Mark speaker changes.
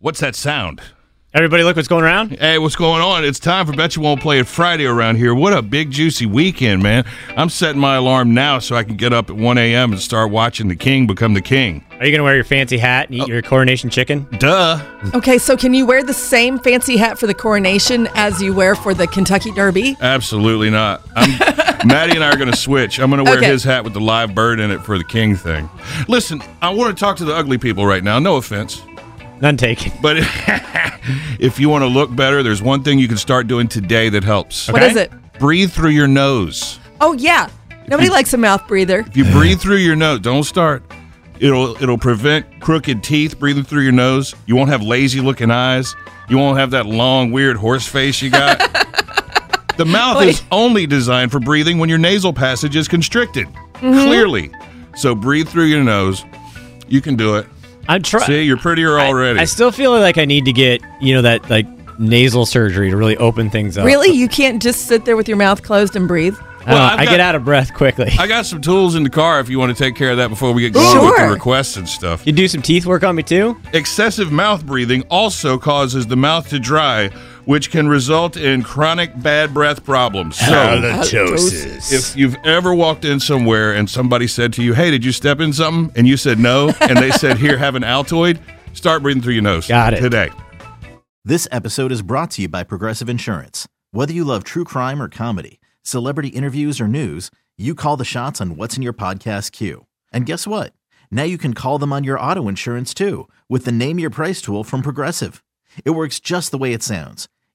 Speaker 1: What's that sound?
Speaker 2: Everybody, look what's going around.
Speaker 1: Hey, what's going on? It's time for Bet You Won't Play It Friday around here. What a big, juicy weekend, man. I'm setting my alarm now so I can get up at 1 a.m. and start watching the king become the king.
Speaker 2: Are you going to wear your fancy hat and
Speaker 1: Oh.
Speaker 2: eat your coronation chicken?
Speaker 1: Duh.
Speaker 3: Okay, so can you wear the same fancy hat for the coronation as you wear for the Kentucky Derby?
Speaker 1: Absolutely not. I'm, Maddie and I are going to switch. I'm going to wear
Speaker 3: Okay.
Speaker 1: his hat with the live bird in it for the king thing. Listen, I want to talk to the ugly people right now. No offense.
Speaker 2: None taken.
Speaker 1: But if you want to look better, there's one thing you can start doing today that helps.
Speaker 3: What is it?
Speaker 1: Breathe through your nose.
Speaker 3: Oh yeah, nobody likes a mouth breather.
Speaker 1: If you breathe through your nose, don't start. It'll it'll prevent crooked teeth breathing through your nose. You won't have lazy looking eyes. You won't have that long weird horse face you got. the mouth is
Speaker 3: Wait.
Speaker 1: only designed for breathing when your nasal passage is constricted.
Speaker 3: Mm-hmm.
Speaker 1: Clearly. So breathe through your nose. You can do it.
Speaker 2: I'm trying.
Speaker 1: See, you're prettier already.
Speaker 2: I still feel like I need to get you know that like nasal surgery to really open things up.
Speaker 3: Really, you can't just sit there with your mouth closed and breathe.
Speaker 2: I, don't know,
Speaker 1: Well, I've
Speaker 2: I
Speaker 1: got-
Speaker 2: get out of breath quickly.
Speaker 1: I got some tools in the car if you want to take care of that before we get going with the
Speaker 3: Sure.
Speaker 1: requests and stuff.
Speaker 2: you do some teeth work on me too.
Speaker 1: Excessive mouth breathing also causes the mouth to dry, which can result in chronic bad breath problems. So,
Speaker 2: Uh,
Speaker 1: if you've ever walked in somewhere and somebody said to you, Hey, did you step in something? And you said no, and they said, Here, have an Altoid, start breathing through your nose.
Speaker 2: Got it.
Speaker 1: Today.
Speaker 4: This episode is brought to you by Progressive Insurance. Whether you love true crime or comedy, celebrity interviews or news, you call the shots on what's in your podcast queue. And guess what? Now you can call them on your auto insurance too with the Name Your Price tool from Progressive. It works just the way it sounds.